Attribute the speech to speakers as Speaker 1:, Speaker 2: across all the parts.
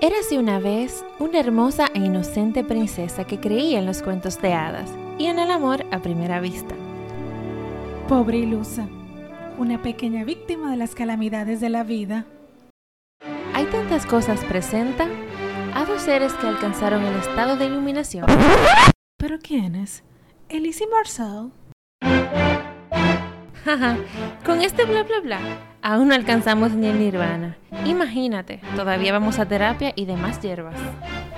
Speaker 1: Érase una vez una hermosa e inocente princesa que creía en los cuentos de hadas y en el amor a primera vista.
Speaker 2: Pobre ilusa, una pequeña víctima de las calamidades de la vida.
Speaker 1: Hay tantas cosas presenta a dos seres que alcanzaron el estado de iluminación.
Speaker 2: ¿Pero quién es? Elise Marcel.
Speaker 1: Jaja, con este bla bla bla, aún no alcanzamos ni el nirvana. Imagínate, todavía vamos a terapia y demás hierbas.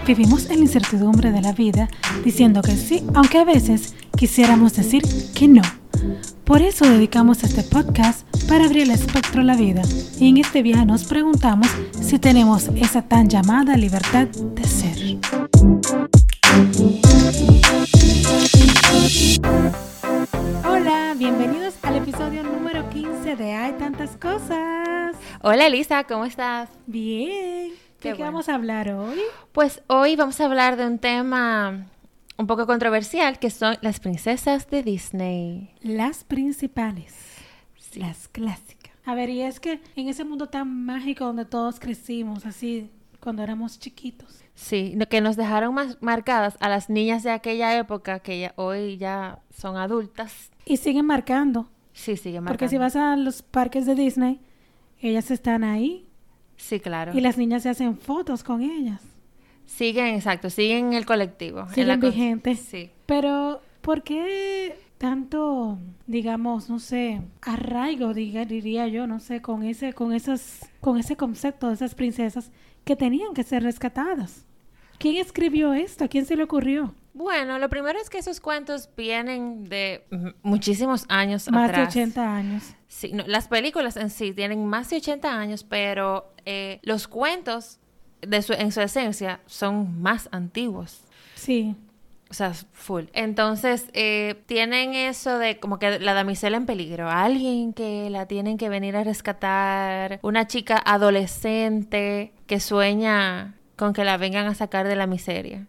Speaker 2: Vivimos en la incertidumbre de la vida diciendo que sí, aunque a veces quisiéramos decir que no. Por eso dedicamos este podcast para abrir el espectro a la vida. Y en este viaje nos preguntamos si tenemos esa tan llamada libertad de ser. Hola, bienvenidos al episodio número 15 de Hay tantas cosas.
Speaker 1: Hola Elisa, ¿cómo estás?
Speaker 2: Bien.
Speaker 1: Qué
Speaker 2: ¿De qué
Speaker 1: bueno.
Speaker 2: vamos a hablar hoy?
Speaker 1: Pues hoy vamos a hablar de un tema un poco controversial que son las princesas de Disney.
Speaker 2: Las principales.
Speaker 1: Sí.
Speaker 2: Las clásicas. A ver, y es que en ese mundo tan mágico donde todos crecimos, así, cuando éramos chiquitos.
Speaker 1: Sí, no- que nos dejaron más marcadas a las niñas de aquella época que ya, hoy ya son adultas.
Speaker 2: Y siguen marcando.
Speaker 1: Sí, sigue marcando.
Speaker 2: Porque si vas a los parques de Disney, ellas están ahí
Speaker 1: Sí, claro.
Speaker 2: y las niñas se hacen fotos con ellas.
Speaker 1: Siguen, exacto, siguen en el colectivo. en
Speaker 2: Siguen
Speaker 1: la con-
Speaker 2: vigentes.
Speaker 1: Sí.
Speaker 2: Pero, ¿por qué tanto, digamos, no sé, arraigo, diga- diría yo, no sé, con ese, con esas, con ese concepto de esas princesas que tenían que ser rescatadas? ¿Quién escribió esto? ¿A quién se le ocurrió?
Speaker 1: Bueno, lo primero es que esos cuentos vienen de mm, muchísimos años
Speaker 2: Más
Speaker 1: atrás.
Speaker 2: de 80 años.
Speaker 1: Sí, no, las películas en sí tienen más de 80 años, pero eh, los cuentos de su- en su esencia son más antiguos.
Speaker 2: Sí.
Speaker 1: O sea, full. Entonces, eh, tienen eso de como que la damisela en peligro. Alguien que la tienen que venir a rescatar. Una chica adolescente que sueña con que la vengan a sacar de la miseria.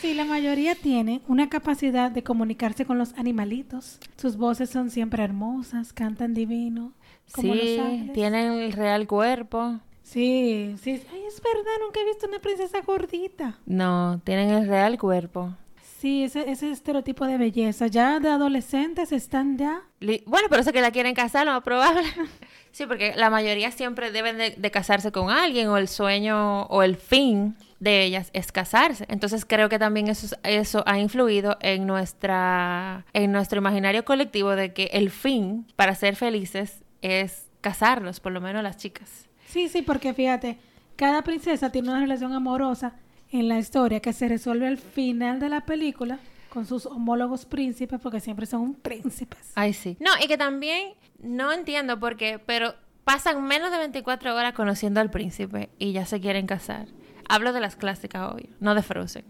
Speaker 2: Sí, la mayoría tiene una capacidad de comunicarse con los animalitos. Sus voces son siempre hermosas, cantan divino. Como los
Speaker 1: Sí,
Speaker 2: ángeles.
Speaker 1: tienen el real cuerpo.
Speaker 2: Sí, sí. Ay, es verdad, nunca he visto una princesa gordita.
Speaker 1: No, tienen el real cuerpo.
Speaker 2: Sí, ese, ese estereotipo de belleza. Ya de adolescentes están ya.
Speaker 1: Li- Bueno, pero eso que la quieren casar, lo más probable. Sí, porque la mayoría siempre deben de, de casarse con alguien o el sueño o el fin de ellas es casarse. Entonces creo que también eso, es- eso ha influido en, nuestra, en nuestro imaginario colectivo de que el fin para ser felices es casarnos, por lo menos las chicas.
Speaker 2: Sí, sí, porque fíjate, cada princesa tiene una relación amorosa en la historia que se resuelve al final de la película con sus homólogos príncipes, porque siempre son príncipes.
Speaker 1: Ay, sí. No, y que también no entiendo por qué, pero pasan menos de 24 horas conociendo al príncipe y ya se quieren casar. Hablo de las clásicas, obvio, no de Frozen.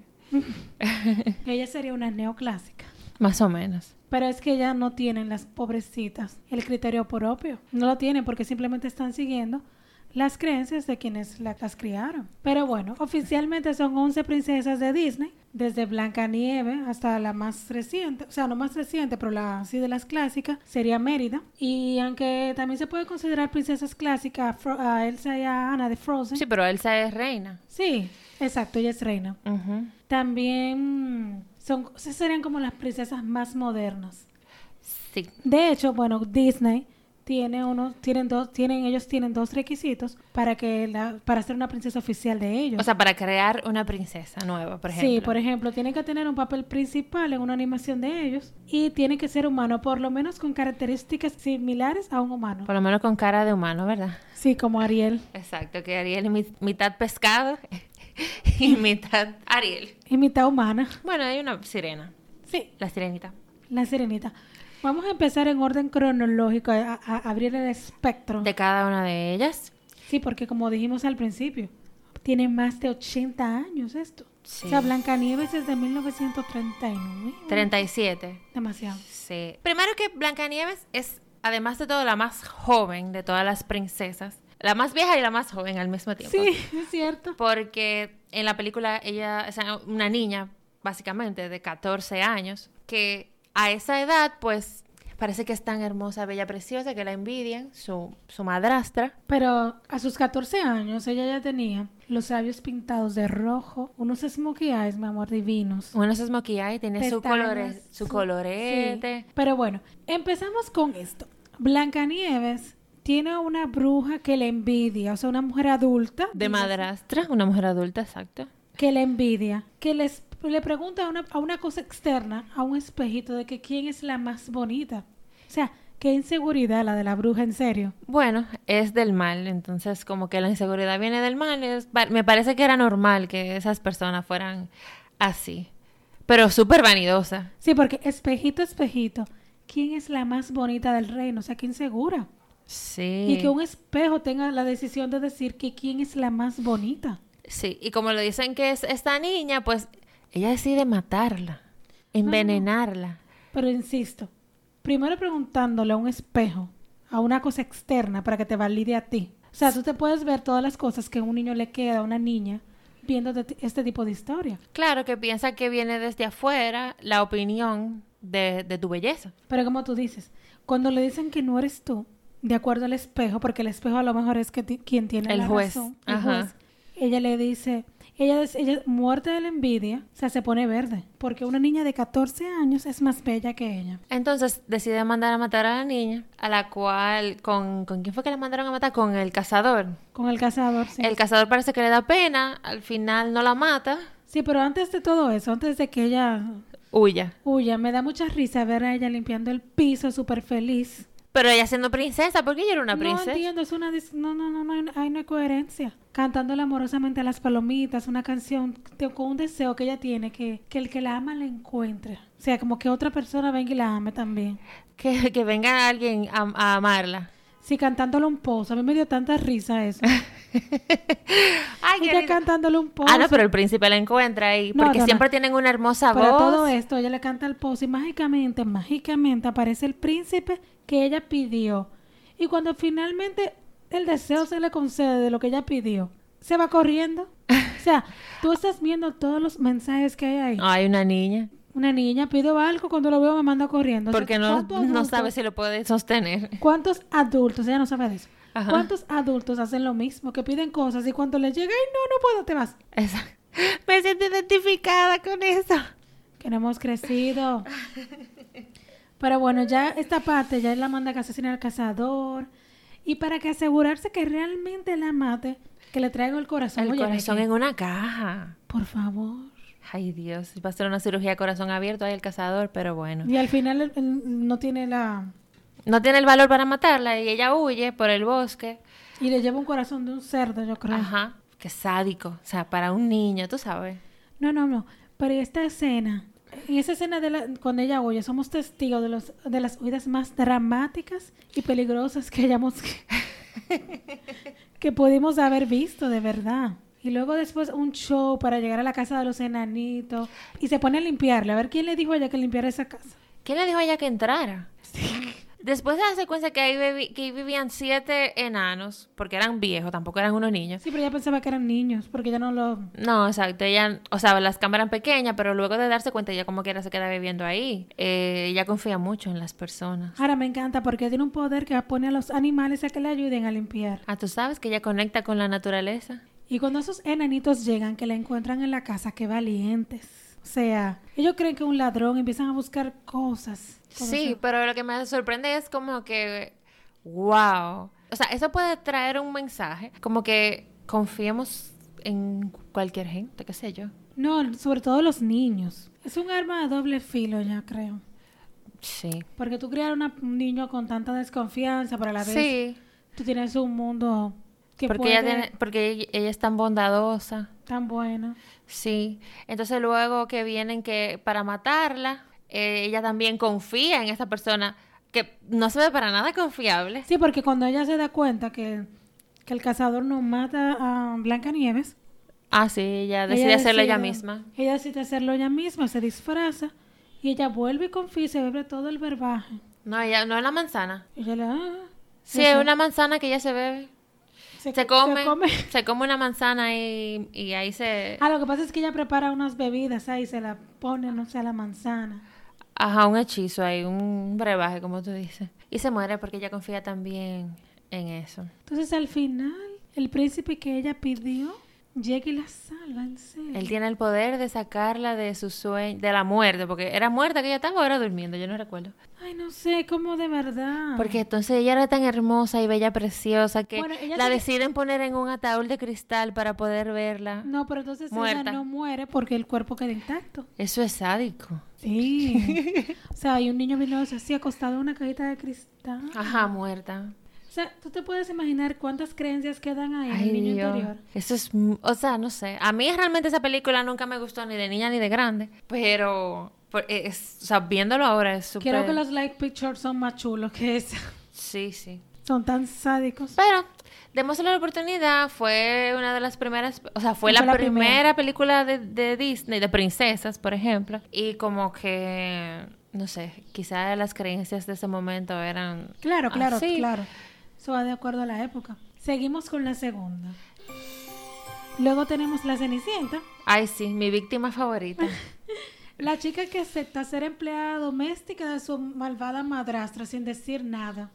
Speaker 2: Ella sería una neoclásica.
Speaker 1: Más o menos.
Speaker 2: Pero es que ya no tienen las pobrecitas el criterio propio. No lo tienen porque simplemente están siguiendo las creencias de quienes la- las criaron. Pero bueno, oficialmente son 11 princesas de Disney, desde Blancanieves hasta la más reciente, o sea, no más reciente, pero la sí de las clásicas, sería Mérida. Y aunque también se puede considerar princesas clásicas a, Fro- a Elsa y a Anna de Frozen.
Speaker 1: Sí,
Speaker 2: Sí,
Speaker 1: pero Elsa es reina.
Speaker 2: exacto, ella es reina. También son, esas serían como las princesas más modernas.
Speaker 1: Sí.
Speaker 2: De hecho, bueno, Disney tiene unos, tienen dos, tienen ellos tienen dos requisitos para que la, para ser una princesa oficial de ellos.
Speaker 1: O sea, para crear una princesa nueva, por ejemplo.
Speaker 2: sí, por ejemplo, tienen que tener un papel principal en una animación de ellos y tiene que ser humano, por lo menos con características similares a un humano.
Speaker 1: Por lo menos con cara de humano, ¿verdad?
Speaker 2: Sí, como Ariel
Speaker 1: Exacto, que Ariel es mi- mitad pescado y mitad Ariel.
Speaker 2: y mitad humana.
Speaker 1: Bueno, hay una sirena,
Speaker 2: Sí,
Speaker 1: la sirenita.
Speaker 2: la Sirenita. Vamos a empezar en orden cronológico a, a- a abrir el espectro.
Speaker 1: De cada una de ellas.
Speaker 2: Sí, porque como dijimos al principio, tiene más de 80 años esto.
Speaker 1: Sí.
Speaker 2: O sea, Blancanieves es de 1939.
Speaker 1: 37.
Speaker 2: Demasiado.
Speaker 1: Sí. Primero que Blancanieves es, además de todo, la más joven de todas las princesas. La más vieja y la más joven al mismo tiempo.
Speaker 2: Sí, es cierto.
Speaker 1: Porque en la película ella, o sea, una niña, básicamente, de 14 años, que a esa edad, pues, Parece que es tan hermosa, bella, preciosa que la envidian su, su madrastra.
Speaker 2: Pero a sus 14 años ella ya tenía los labios pintados de rojo, unos smokey eyes, mi amor, divinos.
Speaker 1: Bueno, eso es Moquillay, tiene su,
Speaker 2: Pestañas,
Speaker 1: colore, su
Speaker 2: sí,
Speaker 1: colorete.
Speaker 2: sí. Pero bueno, empezamos con esto. Blancanieves tiene una bruja que le envidia, o sea, una mujer adulta.
Speaker 1: De
Speaker 2: diga-
Speaker 1: madrastra, una mujer adulta, exacto.
Speaker 2: que le envidia, que les, le pregunta a una, a una cosa externa, a un espejito, de que quién es la más bonita. O sea, qué inseguridad la de la bruja, en serio.
Speaker 1: Bueno, es del mal, entonces como que la inseguridad viene del mal. es pa- me parece que era normal que esas personas fueran así, pero súper vanidosa.
Speaker 2: Sí, porque espejito, espejito, ¿quién es la más bonita del reino? O sea, qué insegura.
Speaker 1: Sí.
Speaker 2: Y que un espejo tenga la decisión de decir que quién es la más bonita.
Speaker 1: Sí, y como le dicen que es esta niña, pues ella decide matarla, envenenarla.
Speaker 2: Pero insisto, primero preguntándole a un espejo, a una cosa externa para que te valide a ti. O sea, tú te puedes ver todas las cosas que un niño le queda a una niña viendo de- este tipo de historia.
Speaker 1: Claro que piensa que viene desde afuera la opinión de, de tu belleza.
Speaker 2: Pero como tú dices, cuando le dicen que no eres tú, de acuerdo al espejo, porque el espejo a lo mejor es que ti- quien tiene
Speaker 1: El
Speaker 2: la
Speaker 1: juez,
Speaker 2: razón,
Speaker 1: ajá.
Speaker 2: Ella le dice, ella, des- ella muerta de la envidia, o sea, se pone verde, porque una niña de 14 años es más bella que ella.
Speaker 1: Entonces decide mandar a matar a la niña, a la cual, ¿con, ¿con quién fue que la mandaron a matar? Con el cazador.
Speaker 2: Con el cazador, sí.
Speaker 1: El cazador parece que le da pena, al final no la mata,
Speaker 2: Sí, pero antes de todo eso, antes de que ella
Speaker 1: huya.
Speaker 2: huya, me da mucha risa ver a ella limpiando el piso súper feliz.
Speaker 1: Pero ella siendo princesa, porque ella era una
Speaker 2: No
Speaker 1: princesa.
Speaker 2: entiendo, es una... dis- No, no, no, no, hay una- hay una coherencia. Cantándole amorosamente a las palomitas, una canción de- con un deseo que ella tiene, que, que el que la ama la encuentre. O sea, como que otra persona venga y la ame también.
Speaker 1: que, que venga alguien a- a amarla.
Speaker 2: Sí, cantándole un pozo. A mí me dio tanta risa eso.
Speaker 1: Ay, qué
Speaker 2: ella
Speaker 1: lindo.
Speaker 2: cantándole un pozo.
Speaker 1: Ah, no, pero el príncipe la encuentra ahí.
Speaker 2: No,
Speaker 1: Porque
Speaker 2: no, no.
Speaker 1: siempre tienen una hermosa
Speaker 2: Para
Speaker 1: voz.
Speaker 2: todo esto, ella le canta el pozo y mágicamente, mágicamente aparece el príncipe que ella pidió. Y cuando finalmente el deseo se le concede de lo que ella pidió, se va corriendo. O sea, tú estás viendo todos los mensajes que hay ahí.
Speaker 1: Ay, una niña.
Speaker 2: Una niña pido algo, cuando lo veo me manda corriendo. O sea,
Speaker 1: Porque no,
Speaker 2: ¿cuántos
Speaker 1: no
Speaker 2: adultos-
Speaker 1: sabe si lo puede sostener.
Speaker 2: ¿Cuántos adultos? Ella no sabe de eso.
Speaker 1: Ajá.
Speaker 2: ¿Cuántos adultos hacen lo mismo? Que piden cosas y cuando les llega, ay, no, no puedo, te vas.
Speaker 1: Esa- Me siento identificada con eso.
Speaker 2: Que no hemos crecido. Pero bueno, ya esta parte ya él la manda que asesine al cazador. Y para que asegurarse que realmente la mate, que le traiga el corazón.
Speaker 1: El
Speaker 2: Oye,
Speaker 1: corazón en una caja.
Speaker 2: Por favor.
Speaker 1: Ay, Dios. Va a ser una cirugía de corazón abierto ahí el cazador, pero bueno.
Speaker 2: Y al final él- él no tiene la...
Speaker 1: No tiene el valor para matarla y ella huye por el bosque.
Speaker 2: Y le lleva un corazón de un cerdo, yo creo.
Speaker 1: Ajá. Qué sádico. O sea, para un niño, tú sabes.
Speaker 2: No, no, no. Pero esta escena, en esa escena de la, cuando ella huye, somos testigos de, los, de las huidas más dramáticas y peligrosas que hayamos que pudimos haber visto, de verdad. Y luego después un show para llegar a la casa de los enanitos y se pone a limpiarla. A ver quién le dijo a ella que limpiara esa casa.
Speaker 1: ¿Quién le dijo a ella que entrara? Después de darse cuenta que ahí, vivi- que ahí vivían siete enanos, porque eran viejos, tampoco eran unos niños.
Speaker 2: Sí, pero ella pensaba que eran niños porque ella no lo
Speaker 1: No, exacto, ella, o sea, las cámaras eran pequeñas, pero luego de darse cuenta ella como quiera se queda viviendo ahí. Eh, ella confía mucho en las personas.
Speaker 2: Ahora me encanta porque tiene un poder que pone a los animales a que le ayuden a limpiar.
Speaker 1: Ah, tú sabes que ella conecta con la naturaleza.
Speaker 2: Y cuando esos enanitos llegan, que la encuentran en la casa, qué valientes. O sea, ellos creen que es un ladrón, empiezan a buscar cosas. todo
Speaker 1: Sí,
Speaker 2: eso.
Speaker 1: pero lo que me sorprende es como que, wow. O sea, eso puede traer un mensaje, como que confiemos en cualquier gente, qué sé yo.
Speaker 2: No, sobre todo los niños. Es un arma de doble filo, ya creo.
Speaker 1: Sí.
Speaker 2: Porque tú criar a un niño con tanta desconfianza, pero a la vez
Speaker 1: Sí.
Speaker 2: tú tienes un mundo que
Speaker 1: porque
Speaker 2: puede
Speaker 1: ella tiene- porque ella- ella es tan bondadosa.
Speaker 2: tan bueno.
Speaker 1: Sí. Entonces luego que vienen que para matarla, eh, ella también confía en esta persona que no se ve para nada confiable.
Speaker 2: Sí, porque cuando ella se da cuenta que, que el cazador no mata a Blancanieves,
Speaker 1: Ah, sí, ella decide hacerlo ella misma.
Speaker 2: Ella decide hacerlo ella misma, se disfraza y ella vuelve y confía y se bebe todo el verbaje.
Speaker 1: No, ella no es la manzana.
Speaker 2: Y ella le ah,
Speaker 1: Sí, es una manzana que ella se bebe. Se come, se come, una manzana y, y ahí se...
Speaker 2: Ah, lo que pasa es que ella prepara unas bebidas ahí, se la pone, no sé, a la manzana.
Speaker 1: Ajá, un hechizo ahí, un brebaje, como tú dices. Y se muere porque ella confía también en eso.
Speaker 2: Entonces al final, el príncipe que ella pidió llega y la salva, en serio.
Speaker 1: Él tiene el poder de sacarla de su sueño, de la muerte, porque era muerta que ella estaba o era durmiendo, yo no recuerdo.
Speaker 2: Ay, no sé, como de verdad.
Speaker 1: Porque entonces ella era tan hermosa y bella, preciosa, que
Speaker 2: Ah. Bueno, ella
Speaker 1: la
Speaker 2: sí que-
Speaker 1: deciden poner en un ataúd de cristal para poder verla.
Speaker 2: No, pero entonces
Speaker 1: Muerta.
Speaker 2: ella no muere porque el cuerpo queda intacto.
Speaker 1: Eso es sádico.
Speaker 2: Sí. o sea, y un niño vino así acostado en una cajita de cristal.
Speaker 1: Ajá, muerta.
Speaker 2: O sea, tú te puedes imaginar cuántas creencias quedan ahí en
Speaker 1: Ay,
Speaker 2: el niño
Speaker 1: Dios.
Speaker 2: interior.
Speaker 1: Eso es, m- o sea, no sé. A mí realmente esa película nunca me gustó ni de niña ni de grande, pero por- e, es, o sea, viéndolo ahora es súper
Speaker 2: Creo que los light pictures son más chulos que esa.
Speaker 1: Sí, sí.
Speaker 2: Son tan sádicos.
Speaker 1: Pero démosle la oportunidad, fue una de las primeras, o sea, fue
Speaker 2: Fue
Speaker 1: la,
Speaker 2: la
Speaker 1: primera,
Speaker 2: primera.
Speaker 1: película de, de Disney, de princesas, por ejemplo, y como que, no sé, quizá las creencias de ese momento eran...
Speaker 2: Claro, claro,
Speaker 1: así.
Speaker 2: claro. Eso va de acuerdo a la época. Seguimos con la segunda. Luego tenemos la Cenicienta,
Speaker 1: Ay, sí, mi víctima favorita.
Speaker 2: la chica que acepta ser empleada doméstica de su malvada madrastra sin decir nada.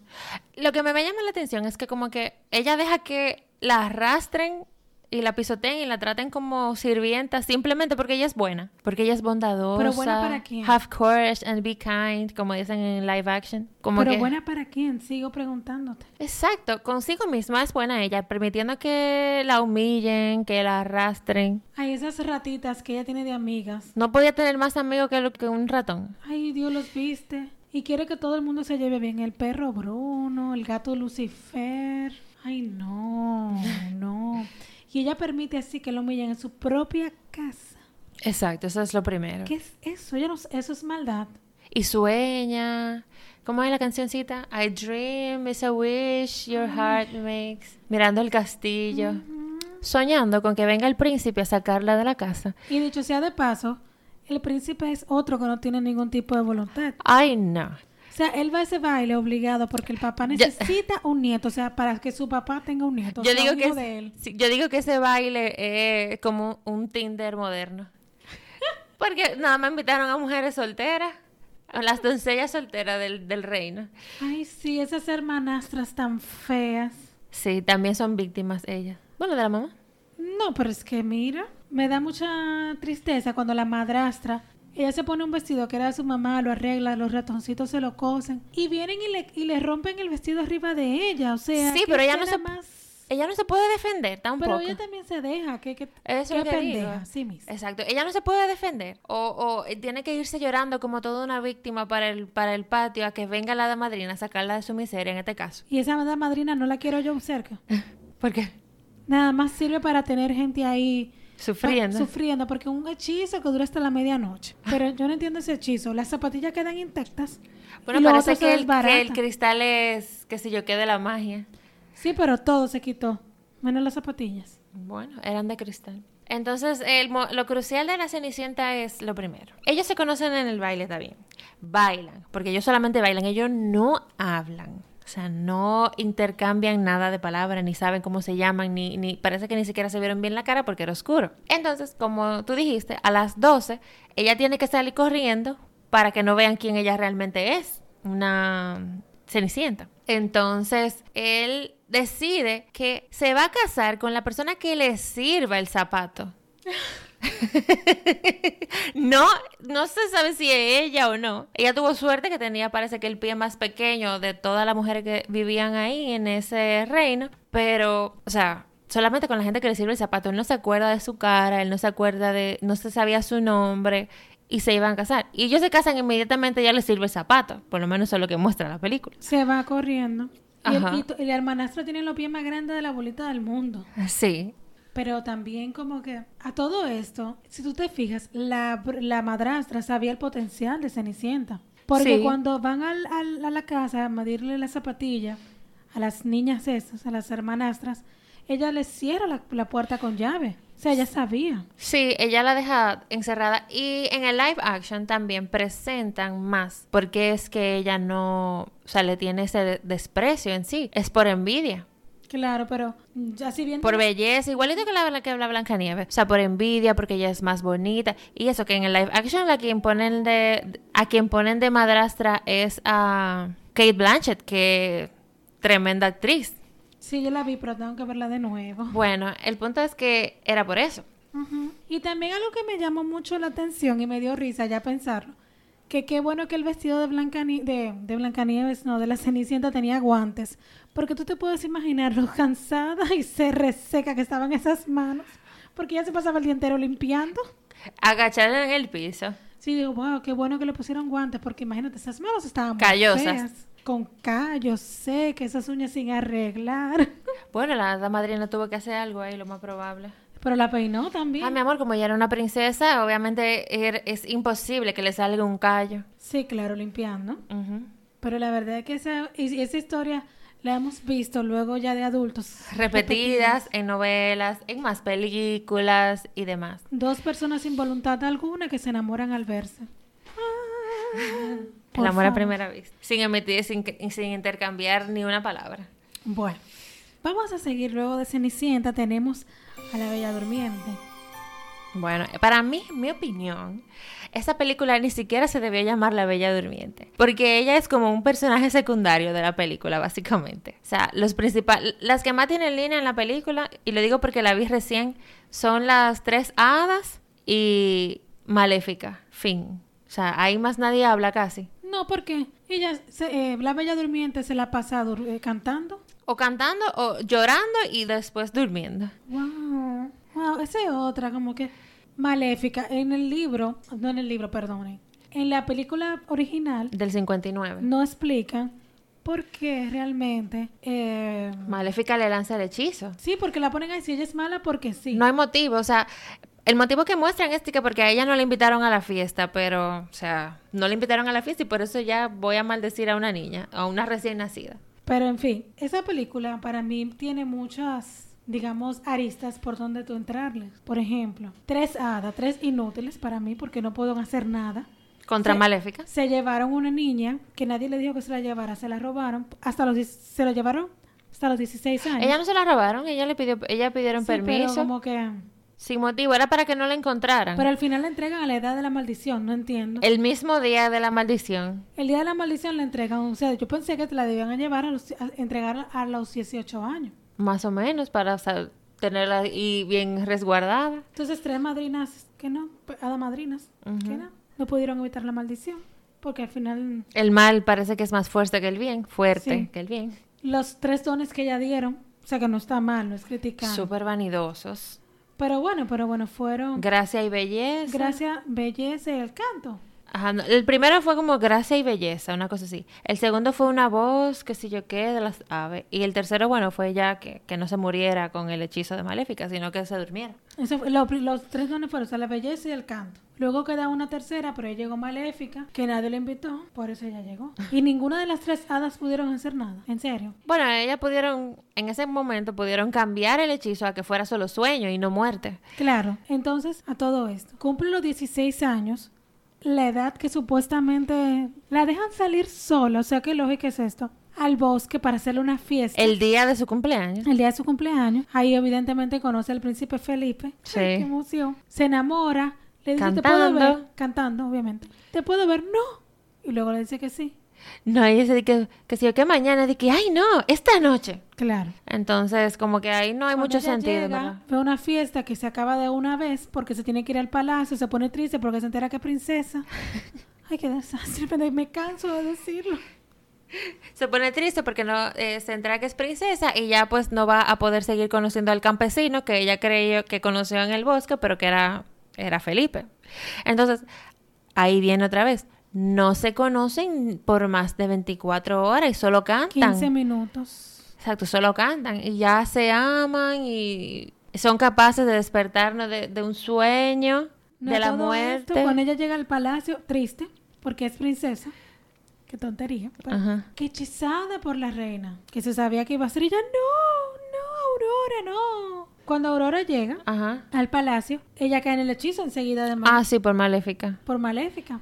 Speaker 1: Lo que me llama la atención es que como que ella deja que la arrastren y la pisoteen y la traten como sirvienta simplemente porque ella es buena, porque ella es bondadosa.
Speaker 2: Pero buena para quién?
Speaker 1: Have courage and be kind, como dicen en live action. Como
Speaker 2: Pero
Speaker 1: que-
Speaker 2: buena para quién, sigo preguntándote.
Speaker 1: Exacto, consigo misma es buena ella, permitiendo que la humillen, que la arrastren.
Speaker 2: Ay, esas ratitas que ella tiene de amigas.
Speaker 1: No podía tener más amigo que, lo- que un ratón.
Speaker 2: Ay, Dios los viste. Y quiere que todo el mundo se lleve bien. El perro Bruno, el gato Lucifer. Ay, no, no. Y ella permite así que lo humillen en su propia casa.
Speaker 1: Exacto, eso es lo primero.
Speaker 2: ¿Qué es eso? Yo no sé, eso es maldad.
Speaker 1: Y sueña. ¿Cómo es la cancioncita? I dream, it's a wish
Speaker 2: Ah.
Speaker 1: your heart makes. Mirando el castillo. Soñando con que venga el príncipe a sacarla de la casa.
Speaker 2: Y dicho sea de paso, el príncipe es otro que no tiene ningún tipo de voluntad.
Speaker 1: Ay, no.
Speaker 2: O sea, él va a ese baile obligado porque el papá necesita un nieto, o sea, para que su papá tenga un nieto. o
Speaker 1: Yo
Speaker 2: sea,
Speaker 1: digo,
Speaker 2: un
Speaker 1: que,
Speaker 2: hijo
Speaker 1: es-
Speaker 2: de él.
Speaker 1: sí, yo digo que ese baile es como un Tinder moderno. Porque nada más invitaron a mujeres solteras. A las doncellas solteras del, del reino.
Speaker 2: Ay, sí, esas hermanastras tan feas.
Speaker 1: Sí, también son víctimas ellas. Bueno, de la mamá.
Speaker 2: No, pero es que mira, me da mucha tristeza cuando la madrastra, ella se pone un vestido que era de su mamá, lo arregla, los ratoncitos se lo cosen y vienen y le, y le rompen el vestido arriba de ella, o sea,
Speaker 1: Sí,
Speaker 2: ¿qué
Speaker 1: pero ella no
Speaker 2: escena
Speaker 1: se-
Speaker 2: más
Speaker 1: Ella no se puede defender tampoco.
Speaker 2: Pero ella también se deja, que, que,
Speaker 1: Eso
Speaker 2: que
Speaker 1: es lo que digo.
Speaker 2: pendeja, sí misma.
Speaker 1: Exacto. Ella no se puede defender. O, o, eh, tiene que irse llorando como toda una víctima para el, para el patio a que venga la madrina a sacarla de su miseria en este caso.
Speaker 2: Y esa madre madrina no la quiero yo cerca.
Speaker 1: ¿Por qué?
Speaker 2: Nada más sirve para tener gente ahí pa-
Speaker 1: Sufriendo.
Speaker 2: sufriendo, porque un hechizo que dura hasta la medianoche. Pero yo no entiendo ese hechizo. Las zapatillas quedan intactas.
Speaker 1: bueno,
Speaker 2: y lo
Speaker 1: parece
Speaker 2: otro se
Speaker 1: que el,
Speaker 2: desbarata.
Speaker 1: que el cristal es, qué sé yo, que de la magia.
Speaker 2: Sí, pero todo se quitó, menos las zapatillas.
Speaker 1: Bueno, eran de cristal. Entonces, el mo- lo crucial de la Cenicienta es lo primero. Ellos se conocen en el baile también. Bailan, porque ellos solamente bailan, ellos no hablan. O sea, no intercambian nada de palabra, ni saben cómo se llaman, ni, ni parece que ni siquiera se vieron bien la cara porque era oscuro. Entonces, como tú dijiste, a las 12 ella tiene que salir corriendo para que no vean quién ella realmente es. Una Cenicienta. Entonces, él decide que se va a casar con la persona que le sirva el zapato. no, no se sabe si es ella o no. Ella tuvo suerte que tenía, parece que el pie más pequeño de todas las mujeres que vivían ahí en ese reino, pero, o sea, solamente con la gente que le sirve el zapato, él no se acuerda de su cara, él no se acuerda de, no se sabía su nombre y se iban a casar. Y ellos se casan inmediatamente, ya les sirve el zapato, por lo menos eso es lo que muestra la película.
Speaker 2: Se va corriendo. Y,
Speaker 1: Ajá.
Speaker 2: el, y to- y la hermanastra tiene los pies más grandes de la bolita del mundo.
Speaker 1: Sí,
Speaker 2: Pero también como que a todo esto, si tú te fijas, la, br- la madrastra sabía el potencial de Cenicienta. Porque
Speaker 1: Sí.
Speaker 2: cuando van al- al- a la casa a medirle la zapatilla a las niñas estas, a las hermanastras, ella les cierra la, la puerta con llave. O sea, ella sabía.
Speaker 1: Sí, ella la deja encerrada y en el live action también presentan más porque es que ella no, o sea, le tiene ese de- desprecio en sí, es por envidia.
Speaker 2: Claro, pero ya si bien...
Speaker 1: Por belleza, igualito que la, la que la Blancanieves. O sea, por envidia, porque ella es más bonita. Y eso que en el live action la quien ponen de, a quien ponen de madrastra es a Kate Blanchett, que tremenda actriz.
Speaker 2: Sí, yo la vi, pero tengo que verla de nuevo.
Speaker 1: Bueno, el punto es que era por eso.
Speaker 2: Ujú. Y también algo que me llamó mucho la atención y me dio risa ya pensarlo, que qué bueno que el vestido de, Blancani de, de Blancanieves, no, de la Cenicienta tenía guantes, porque tú te puedes imaginar lo cansada y se reseca que estaban esas manos, porque ella se pasaba el día entero limpiando.
Speaker 1: Agachada en el piso.
Speaker 2: Sí, digo, wow, qué bueno que le pusieron guantes, porque imagínate, esas manos estaban muy
Speaker 1: Callosas.
Speaker 2: feas, con callos, secas, esas uñas sin arreglar.
Speaker 1: Bueno, la hada madrina tuvo que hacer algo ahí, lo más probable.
Speaker 2: Pero la peinó también.
Speaker 1: Ah, mi amor, como ella era una princesa, obviamente er- es imposible que le salga un callo.
Speaker 2: Sí, claro, limpiando.
Speaker 1: Ujú.
Speaker 2: Pero la verdad es que esa, y- esa historia la hemos visto luego ya de adultos.
Speaker 1: Repetidas en novelas, en más películas y demás.
Speaker 2: Dos personas sin voluntad alguna que se enamoran al verse.
Speaker 1: El
Speaker 2: Por
Speaker 1: Ah. amor a
Speaker 2: favor.
Speaker 1: primera vista. Sin emitir, sin, que- sin intercambiar ni una palabra.
Speaker 2: Bueno, vamos a seguir luego de Cenicienta. Tenemos a la Bella Durmiente.
Speaker 1: Bueno, para mí, mi opinión, esta película ni siquiera se debió llamar La Bella Durmiente, porque ella es como un personaje secundario de la película, básicamente. O sea, los principal, las que más tienen línea en la película, y lo digo porque la vi recién, son las tres hadas y Maléfica, fin. O sea, ahí más nadie habla casi.
Speaker 2: No, porque ella, se- eh, la Bella Durmiente se la pasa dur- eh, cantando.
Speaker 1: O cantando, o llorando y después durmiendo.
Speaker 2: Wow, wow, esa es otra como que maléfica. En el libro, no en el libro, perdonen. En la película original
Speaker 1: Del 59.
Speaker 2: no explican por qué realmente. eh,
Speaker 1: Maléfica le lanza el hechizo.
Speaker 2: sí, porque la ponen ahí. Si ella es mala, porque sí.
Speaker 1: No hay motivo, o sea, el motivo que muestran es que porque a ella no le invitaron a la fiesta, pero, o sea, no le invitaron a la fiesta y por eso ya voy a maldecir a una niña, a una recién nacida.
Speaker 2: Pero en fin, esa película para mí tiene muchas, digamos, aristas por donde tú entrarles. Por ejemplo, tres hadas, tres inútiles para mí porque no pueden hacer nada.
Speaker 1: Contra
Speaker 2: Sí.
Speaker 1: Maléfica.
Speaker 2: Se llevaron una niña que nadie le dijo que se la llevara, se la robaron. Hasta los, diec- se la llevaron hasta los 16 años.
Speaker 1: Ella no se la robaron, ella le pidió, ella pidieron
Speaker 2: Sí, pero
Speaker 1: permiso.
Speaker 2: como que...
Speaker 1: Sin motivo, era para que no la encontraran.
Speaker 2: Pero al final la entregan a la edad de la maldición, no entiendo.
Speaker 1: El mismo día de la maldición.
Speaker 2: El día de la maldición la entregan, o sea, yo pensé que te la debían llevar a, los, a entregar a los 18 años.
Speaker 1: Más o menos, para o sea, tenerla y bien resguardada.
Speaker 2: Entonces tres madrinas que no, hadas madrinas que no, no pudieron evitar la maldición, porque al final
Speaker 1: El mal parece que es más fuerte que el bien, fuerte
Speaker 2: Sí.
Speaker 1: que el bien.
Speaker 2: los tres dones que ya dieron, o sea que no está mal, no es criticar.
Speaker 1: Súper vanidosos.
Speaker 2: Pero bueno, pero bueno, fueron
Speaker 1: Gracia y belleza.
Speaker 2: gracias, belleza y el canto.
Speaker 1: Ajá, no, el primero fue como gracia y belleza, una cosa así. El segundo fue una voz, qué sé yo qué, de las aves. Y el tercero, bueno, fue ya que, que no se muriera con el hechizo de Maléfica, sino que se durmiera.
Speaker 2: Eso fue- lo pri- los tres dones fueron, o sea, la belleza y el canto. Luego queda una tercera, pero ella llegó maléfica, que nadie le invitó, por eso ella llegó. Y ninguna de las tres hadas pudieron hacer nada, en serio.
Speaker 1: Bueno, ellas pudieron, en ese momento pudieron cambiar el hechizo a que fuera solo sueño y no muerte.
Speaker 2: Claro, entonces a todo esto, cumple los 16 años, la edad que supuestamente la dejan salir sola, o sea, qué lógica es esto, al bosque para hacerle una fiesta.
Speaker 1: El día de su cumpleaños.
Speaker 2: El día de su cumpleaños, ahí evidentemente conoce al príncipe Felipe.
Speaker 1: Sí.
Speaker 2: Ay, qué emoción. Se enamora, le dice, ¿te puedo
Speaker 1: Cantando.
Speaker 2: ver? Cantando, obviamente. ¿Te puedo ver? No. Y luego le dice que sí.
Speaker 1: No, ella se dice que, que si yo que mañana, de que, ay, no, esta noche.
Speaker 2: Claro.
Speaker 1: Entonces, como que ahí no hay
Speaker 2: Cuando
Speaker 1: mucho
Speaker 2: ella
Speaker 1: sentido,
Speaker 2: llega,
Speaker 1: ¿verdad?
Speaker 2: Ve una fiesta que se acaba de una vez porque se tiene que ir al palacio, se pone triste porque se entera que es princesa. Ay, qué desastre, pero me canso de decirlo.
Speaker 1: Se pone triste porque no eh, se entera que es princesa y ya pues no va a poder seguir conociendo al campesino que ella creyó que conoció en el bosque, pero que era, era Felipe. Entonces, ahí viene otra vez. No se conocen por más de 24 horas y solo
Speaker 2: 15
Speaker 1: cantan.
Speaker 2: minutos.
Speaker 1: Exacto, solo cantan y ya se aman y son capaces de despertarnos de, de un sueño,
Speaker 2: No,
Speaker 1: de la
Speaker 2: todo esto,
Speaker 1: muerte.
Speaker 2: cuando ella llega al palacio, triste, porque es princesa. Qué tontería. pero-
Speaker 1: Ajá.
Speaker 2: Que hechizada por la reina, que se sabía que iba a ser ella. No, no, Aurora, no. Cuando Aurora llega
Speaker 1: Ajá.
Speaker 2: al palacio, ella cae en el hechizo enseguida de
Speaker 1: Ah, sí, por maléfica.
Speaker 2: por maléfica.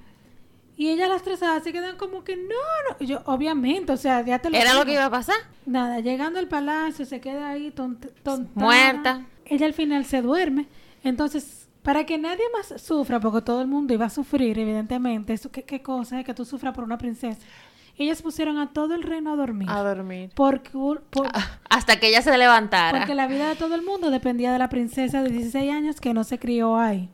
Speaker 2: Y ellas las tres así quedan como que no, no. Y yo, obviamente, o sea, ya te lo
Speaker 1: Era lo
Speaker 2: digo.
Speaker 1: que iba a pasar.
Speaker 2: Nada, llegando al palacio, se queda ahí tonta.
Speaker 1: Muerta.
Speaker 2: Ella al final se duerme. Entonces, para que nadie más sufra, porque todo el mundo iba a sufrir, evidentemente, eso, ¿qué, qué cosa es que tú sufras por una princesa? Ellas pusieron a todo el reino a dormir.
Speaker 1: dormir.
Speaker 2: Porque, por-
Speaker 1: Ah, Hasta que ella se levantara.
Speaker 2: porque la vida de todo el mundo dependía de la princesa de 16 años que no se crió ahí.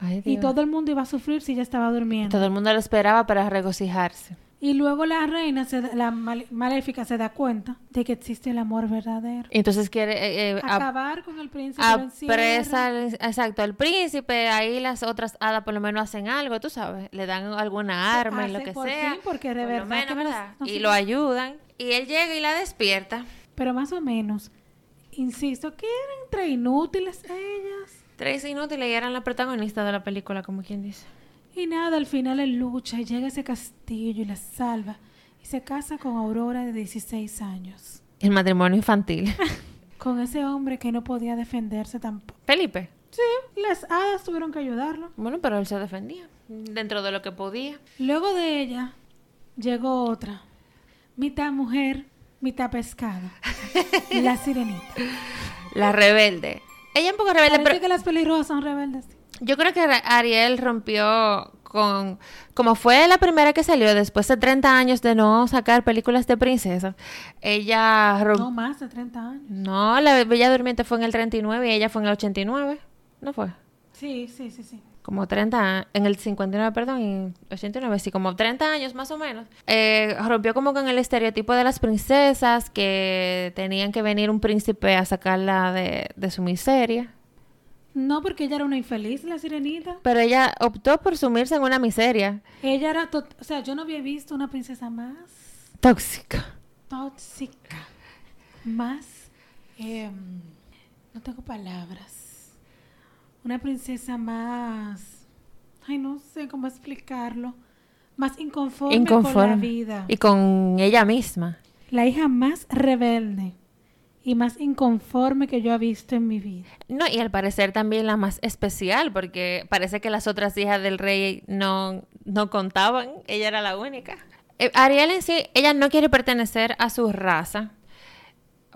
Speaker 1: Ay,
Speaker 2: Y
Speaker 1: Dios.
Speaker 2: todo el mundo iba a sufrir si ella estaba durmiendo.
Speaker 1: Todo el mundo lo esperaba para regocijarse.
Speaker 2: Y luego la reina, se da- la mal- maléfica, se da cuenta de que existe el amor verdadero.
Speaker 1: Entonces quiere eh, eh, ap-
Speaker 2: Acabar con el príncipe. lo encierra.
Speaker 1: apresa al, exacto al príncipe. Ahí las otras hadas por lo menos hacen algo, tú sabes. Le dan alguna arma y lo
Speaker 2: hacen
Speaker 1: que
Speaker 2: por
Speaker 1: sea.
Speaker 2: fin, porque de
Speaker 1: por lo
Speaker 2: verdad que me las-
Speaker 1: ¿verdad?
Speaker 2: no
Speaker 1: y
Speaker 2: sé.
Speaker 1: lo ayudan. Y él llega y la despierta.
Speaker 2: Pero más o menos, insisto, que eran entre inútiles ellas.
Speaker 1: Tres inútiles y eran la protagonista de la película, como quien dice.
Speaker 2: Y nada, al final él lucha y llega a ese castillo y la salva. Y se casa con Aurora de 16 años.
Speaker 1: El matrimonio infantil.
Speaker 2: Con ese hombre que no podía defenderse tampoco.
Speaker 1: Felipe.
Speaker 2: Sí, las hadas tuvieron que ayudarlo.
Speaker 1: Bueno, pero él se defendía dentro de lo que podía.
Speaker 2: Luego de ella llegó otra, mitad mujer, mitad pescado, la sirenita.
Speaker 1: La rebelde. Ella un poco rebelde,
Speaker 2: Parece
Speaker 1: pero
Speaker 2: que las pelirrojas son rebeldes.
Speaker 1: yo creo que Ra- Ariel rompió con... Como fue la primera que salió después de 30 años de no sacar películas de princesas, ella
Speaker 2: No
Speaker 1: rompió...
Speaker 2: más de 30 años.
Speaker 1: No. la Bella Durmiente fue en el 39 y ella fue en el 89. ¿No fue?
Speaker 2: Sí, sí, sí, sí.
Speaker 1: Como 30... a- En el 59, perdón, en 89, sí, como 30 años más o menos. Eh, rompió como con el estereotipo de las princesas que tenían que venir un príncipe a sacarla de, de su miseria.
Speaker 2: No porque ella era una infeliz, la sirenita.
Speaker 1: Pero ella optó por sumirse en una miseria
Speaker 2: Ella era, tot- o sea, yo no había visto una princesa más
Speaker 1: tóxica.
Speaker 2: tóxica, más, em, no tengo palabras, una princesa más, ay, no sé cómo explicarlo, más inconforme, con la vida.
Speaker 1: Y con ella misma.
Speaker 2: La hija más rebelde y más inconforme que yo he visto en mi vida.
Speaker 1: No, y al parecer también la más especial, porque parece que las otras hijas del rey no, no contaban, ella era la única. Eh, Ariel en sí, ella no quiere pertenecer a su raza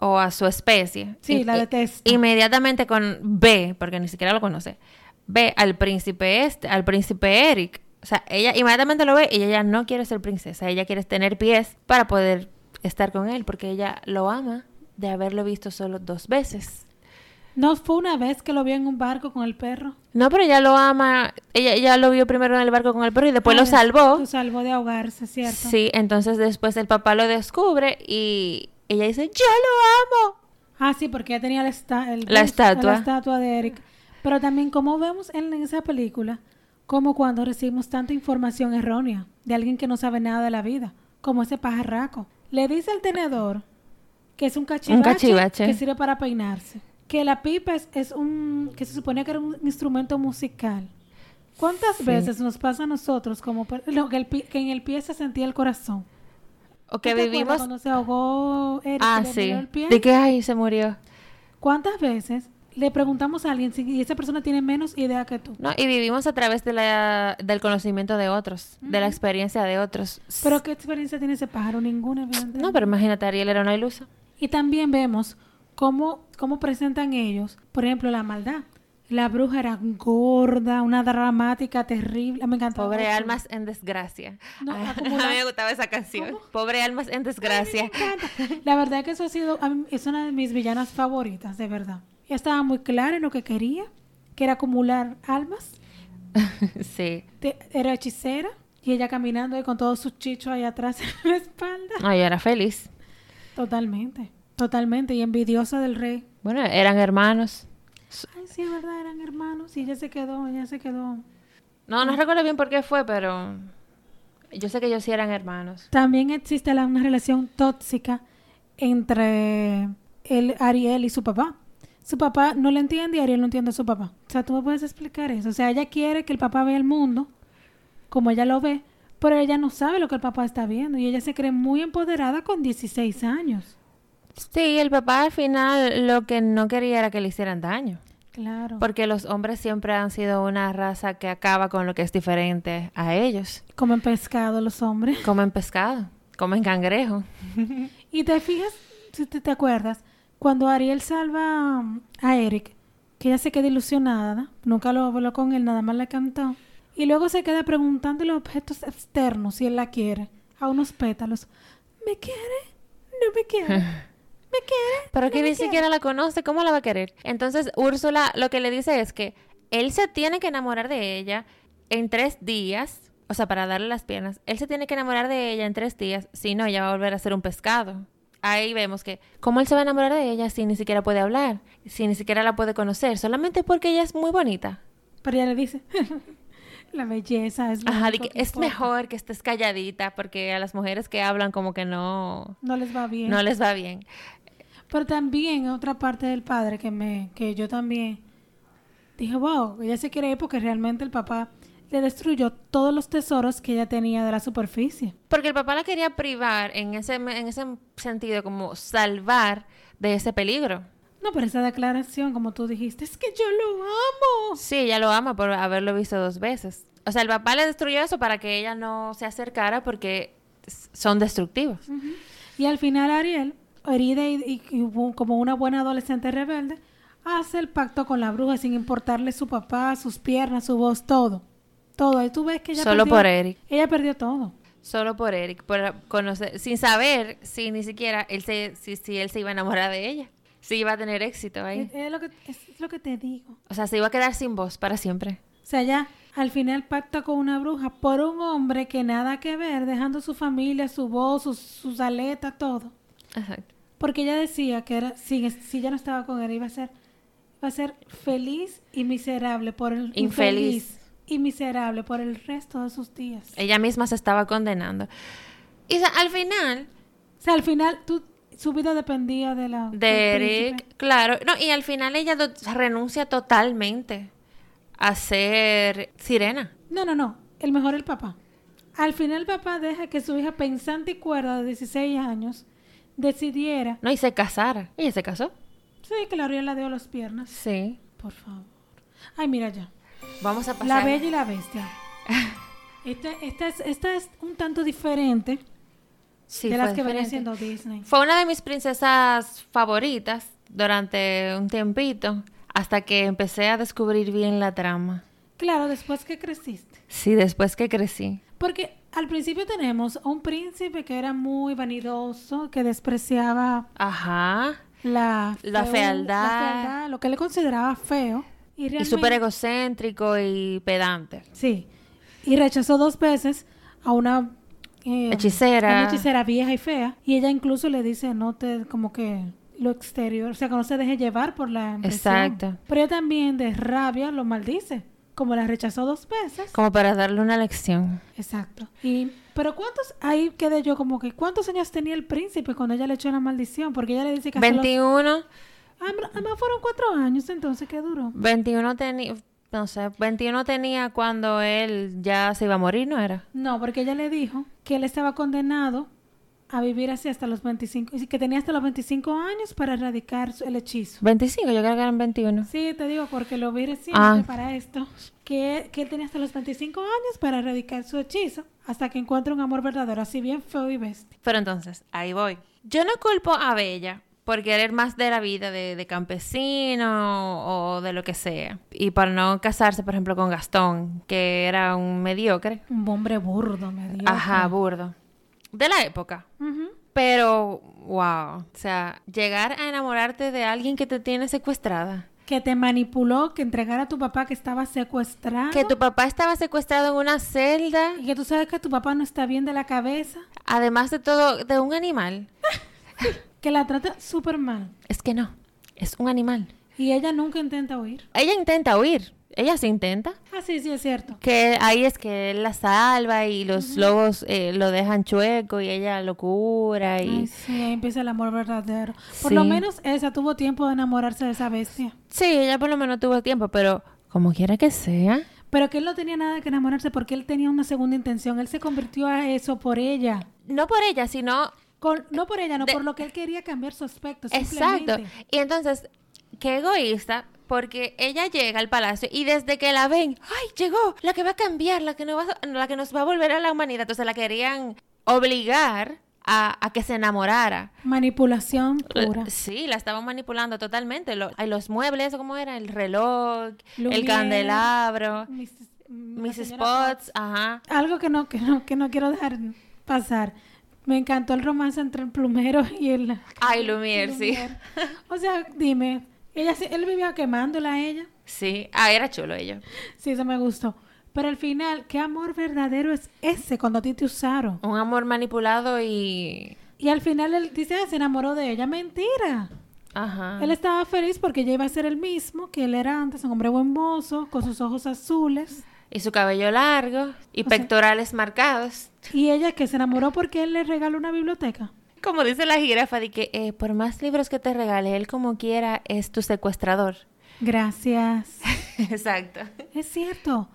Speaker 1: o a su especie.
Speaker 2: Sí,
Speaker 1: Y-
Speaker 2: la
Speaker 1: y-
Speaker 2: detesto.
Speaker 1: Inmediatamente con ve, porque ni siquiera lo conoce, ve al príncipe este, al príncipe Eric. O sea, ella inmediatamente lo ve y ella no quiere ser princesa, ella quiere tener pies para poder estar con él, porque ella lo ama de haberlo visto solo dos veces.
Speaker 2: No fue una vez que lo vi en un barco con el perro.
Speaker 1: No, pero ella lo ama. Ella, ella lo vio primero en el barco con el perro y después lo
Speaker 2: Ah,
Speaker 1: salvó.
Speaker 2: Lo salvó de ahogarse, ¿cierto?
Speaker 1: Sí, entonces después el papá lo descubre y ella dice, yo lo amo.
Speaker 2: Ah, sí, porque ella tenía la, esta- el
Speaker 1: La
Speaker 2: bus-
Speaker 1: estatua.
Speaker 2: La estatua de Eric. Pero también, como vemos en esa película, como cuando recibimos tanta información errónea de alguien que no sabe nada de la vida, como ese pajarraco. Le dice al tenedor que es un cachivache,
Speaker 1: cachivache.
Speaker 2: que sirve para peinarse. Que la pipa es, es un... que se suponía que era un instrumento musical. ¿Cuántas veces nos pasa a nosotros como... per- no, que, el pi- que en el pie se sentía el corazón?
Speaker 1: O
Speaker 2: ¿Tú
Speaker 1: que
Speaker 2: te acuerdas
Speaker 1: vivimos...
Speaker 2: Cuando se ahogó Eric,
Speaker 1: Ah,
Speaker 2: que le
Speaker 1: sí.
Speaker 2: miró el pie?
Speaker 1: De que, ay, se murió.
Speaker 2: ¿Cuántas veces le preguntamos a alguien si y esa persona tiene menos idea que tú?
Speaker 1: No, y vivimos a través de la, del conocimiento de otros, de la experiencia de otros.
Speaker 2: ¿Pero qué experiencia tiene ese pájaro? Ninguna, evidentemente.
Speaker 1: No, pero imagínate, Ariel era una ilusa.
Speaker 2: Y también vemos cómo, cómo presentan ellos, por ejemplo, la maldad. La bruja era gorda, una dramática terrible. Ah, Me encantó.
Speaker 1: Pobre almas en desgracia.
Speaker 2: No,
Speaker 1: Ay,
Speaker 2: acumula-
Speaker 1: a mí me gustaba esa canción. Pobre almas en desgracia.
Speaker 2: La verdad que eso ha sido, a mí- es una de mis villanas favoritas, de verdad. Ella estaba muy clara en lo que quería, que era acumular almas.
Speaker 1: sí.
Speaker 2: Te- era hechicera y ella caminando ahí con todos sus chichos ahí atrás en la espalda.
Speaker 1: No, yo era feliz.
Speaker 2: Totalmente, totalmente. Y envidiosa del rey.
Speaker 1: Bueno, eran hermanos.
Speaker 2: Ay, sí, es verdad, eran hermanos. Y ella se quedó, ella se quedó.
Speaker 1: No, no recuerdo bien por qué fue, pero yo sé que ellos sí eran hermanos.
Speaker 2: También existe la- una relación tóxica entre el Ariel y su papá. Su papá no le entiende y Ariel no entiende a su papá. O sea, tú me puedes explicar eso. O sea, ella quiere que el papá vea el mundo como ella lo ve, pero ella no sabe lo que el papá está viendo y ella se cree muy empoderada con 16 años.
Speaker 1: Sí, el papá al final lo que no quería era que le hicieran daño.
Speaker 2: Claro.
Speaker 1: Porque los hombres siempre han sido una raza que acaba con lo que es diferente a ellos.
Speaker 2: Comen pescado los hombres.
Speaker 1: Comen pescado, comen cangrejo.
Speaker 2: Y te fijas, si te, te acuerdas, cuando Ariel salva a Eric, que ella se queda ilusionada, nunca lo habló con él, nada más le cantó. Y luego se queda preguntando los objetos externos si él la quiere, a unos pétalos. ¿Me quiere? ¿No me quiere? ¿Me quiere?
Speaker 1: Pero
Speaker 2: ¿No
Speaker 1: que
Speaker 2: me
Speaker 1: ni
Speaker 2: quiere?
Speaker 1: siquiera la conoce, ¿cómo la va a querer? Entonces Úrsula lo que le dice es que él se tiene que enamorar de ella en tres días, o sea, para darle las piernas, él se tiene que enamorar de ella en tres días, si no, ella va a volver a ser un pescado. Ahí vemos que, ¿cómo él se va a enamorar de ella si ni siquiera puede hablar, si ni siquiera la puede conocer, solamente porque ella es muy bonita?
Speaker 2: Pero ella le dice, la belleza es lo
Speaker 1: Ajá, de
Speaker 2: único
Speaker 1: que
Speaker 2: que
Speaker 1: es
Speaker 2: importa.
Speaker 1: mejor que estés calladita porque a las mujeres que hablan como que no,
Speaker 2: No les va bien.
Speaker 1: no les va bien.
Speaker 2: Pero también otra parte del padre que me que yo también dije, wow, ella se quiere ir porque realmente el papá le destruyó todos los tesoros que ella tenía de la superficie.
Speaker 1: Porque el papá la quería privar en ese, en ese sentido, como salvar de ese peligro.
Speaker 2: No, pero esa declaración, como tú dijiste, es que yo lo amo.
Speaker 1: Sí, ella lo ama por haberlo visto dos veces. O sea, el papá le destruyó eso para que ella no se acercara porque s- son destructivos.
Speaker 2: Y al final Ariel, herida y, y- y bu- como una buena adolescente rebelde, hace el pacto con la bruja sin importarle su papá, sus piernas, su voz, todo. Todo. Y tú ves que ella
Speaker 1: Solo
Speaker 2: perdió-
Speaker 1: por Eric.
Speaker 2: Ella perdió todo.
Speaker 1: Solo por Eric, por conocer, sin saber si ni siquiera él se, si, si él se iba a enamorar de ella, si iba a tener éxito ahí.
Speaker 2: Es- es lo que, es lo que te digo.
Speaker 1: O sea, se iba a quedar sin voz para siempre.
Speaker 2: O sea, ya al final pacta con una bruja por un hombre que nada que ver, dejando su familia, su voz, sus, sus aletas, todo.
Speaker 1: Exacto.
Speaker 2: Porque ella decía que era, si, si ya no estaba con él, iba a ser, iba a ser feliz y miserable por el
Speaker 1: Infeliz.
Speaker 2: y miserable por el resto de sus días.
Speaker 1: Ella misma se estaba condenando. Y o sea, al final,
Speaker 2: O sea, al final tú, su vida dependía de la del
Speaker 1: de Eric,
Speaker 2: príncipe.
Speaker 1: claro. No, y al final ella do- renuncia totalmente a ser sirena.
Speaker 2: No, no, no. El mejor el papá. Al final el papá deja que su hija pensante y cuerda de 16 años decidiera.
Speaker 1: No, y se casara. Ella se casó.
Speaker 2: Sí, claro, yo la dio las piernas.
Speaker 1: Sí.
Speaker 2: Por favor. Ay, mira ya.
Speaker 1: Vamos a pasar.
Speaker 2: La Bella y la Bestia. Esta, esta, es, esta es un tanto diferente
Speaker 1: Sí,
Speaker 2: de
Speaker 1: fue
Speaker 2: las que venía
Speaker 1: diferente.
Speaker 2: haciendo Disney.
Speaker 1: Fue una de mis princesas favoritas durante un tiempito, hasta que empecé a descubrir bien la trama.
Speaker 2: Claro, después que creciste.
Speaker 1: Sí, después que crecí.
Speaker 2: Porque al principio tenemos a un príncipe que era muy vanidoso, que despreciaba
Speaker 1: Ajá.
Speaker 2: la,
Speaker 1: La
Speaker 2: feu-
Speaker 1: fealdad.
Speaker 2: la fealdad, lo que le consideraba feo. Y,
Speaker 1: Y
Speaker 2: realmente,
Speaker 1: súper egocéntrico y pedante.
Speaker 2: Sí. Y rechazó dos veces a una... eh,
Speaker 1: Hechicera.
Speaker 2: Una hechicera vieja y fea. Y ella incluso le dice, no te... como que lo exterior, o sea, que no se deje llevar por la... impresión.
Speaker 1: Exacto.
Speaker 2: Pero ella también de rabia lo maldice. Como la rechazó dos veces.
Speaker 1: Como para darle una lección.
Speaker 2: Exacto. Y, pero ¿cuántos? Ahí quedé yo como que, ¿cuántos años tenía el príncipe cuando ella le echó la maldición? Porque ella le dice que... hasta los-
Speaker 1: 21,
Speaker 2: Ah, pero Además fueron cuatro años, entonces, ¿qué duró?
Speaker 1: 21 tenía, no sé, 21 tenía cuando él ya se iba a morir, ¿no era?
Speaker 2: No, porque ella le dijo que él estaba condenado a vivir así hasta los 25, y que tenía hasta los 25 años para erradicar su- el hechizo.
Speaker 1: 25, yo creo que eran 21.
Speaker 2: Sí, te digo, porque lo vi reciente
Speaker 1: Ah.
Speaker 2: para esto, que, que él tenía hasta los 25 años para erradicar su hechizo, hasta que encuentre un amor verdadero, así bien feo y bestia.
Speaker 1: Pero entonces, ahí voy. Yo no culpo a Bella por querer más de la vida de, de campesino o de lo que sea. Y por no casarse, por ejemplo, con Gastón, que era un mediocre.
Speaker 2: Un hombre burdo, me dijo.
Speaker 1: Ajá, burdo. De la época.
Speaker 2: Ujú.
Speaker 1: Pero, wow. O sea, llegar a enamorarte de alguien que te tiene secuestrada.
Speaker 2: Que te manipuló, que entregara a tu papá que estaba secuestrado.
Speaker 1: Que tu papá estaba secuestrado en una celda,
Speaker 2: Y que tú sabes que tu papá no está bien de la cabeza.
Speaker 1: además de todo, de un animal.
Speaker 2: Que la trata súper mal.
Speaker 1: Es que no, es un animal.
Speaker 2: Y ella nunca intenta huir.
Speaker 1: Ella intenta huir, ella se intenta.
Speaker 2: Ah, sí, sí, es cierto.
Speaker 1: Que ahí es que él la salva y los lobos eh, lo dejan chueco y ella lo cura y...
Speaker 2: Ay, sí, ahí empieza el amor verdadero. Por lo
Speaker 1: Sí.
Speaker 2: menos esa tuvo tiempo de enamorarse de esa bestia.
Speaker 1: Sí, ella por lo menos tuvo tiempo, pero como quiera que sea,
Speaker 2: Pero que él no tenía nada que enamorarse porque él tenía una segunda intención. Él se convirtió a eso por ella.
Speaker 1: no por ella, sino
Speaker 2: Con- no por ella, no
Speaker 1: De-
Speaker 2: por lo que él quería cambiar su aspecto.
Speaker 1: Exacto.
Speaker 2: simplemente.
Speaker 1: Y entonces, qué egoísta, porque ella llega al palacio y desde que la ven, ¡ay, llegó! La que va a cambiar, la que, no va a- la que nos va a volver a la humanidad. Entonces la querían obligar a, a que se enamorara.
Speaker 2: Manipulación pura.
Speaker 1: Sí, la estaban manipulando totalmente. Lo- ay, los muebles, ¿cómo era? El reloj, el
Speaker 2: Lumière,
Speaker 1: candelabro,
Speaker 2: Mrs. la
Speaker 1: mis
Speaker 2: señora
Speaker 1: spots, ajá.
Speaker 2: Algo que no, que no, que no quiero dejar pasar. Me encantó el romance entre el plumero y el...
Speaker 1: Ay, Lumière, sí.
Speaker 2: Lumière. O sea, dime, ella, se- él vivía quemándola a ella.
Speaker 1: Sí, ah, era chulo ello.
Speaker 2: Sí, eso me gustó. Pero al final, ¿qué amor verdadero es ese cuando a ti te usaron?
Speaker 1: Un amor manipulado y...
Speaker 2: Y al final él dice, "Ah, se enamoró de ella. Mentira.
Speaker 1: Ajá.
Speaker 2: Él estaba feliz porque ella iba a ser el mismo que él era antes, un hombre buen mozo, con sus ojos azules.
Speaker 1: Y su cabello largo y
Speaker 2: O sea-
Speaker 1: pectorales marcados.
Speaker 2: Y ella que se enamoró porque él le regaló una biblioteca.
Speaker 1: Como dice la jirafa, de que eh, por más libros que te regale, él como quiera es tu secuestrador.
Speaker 2: Gracias.
Speaker 1: Exacto.
Speaker 2: Es cierto.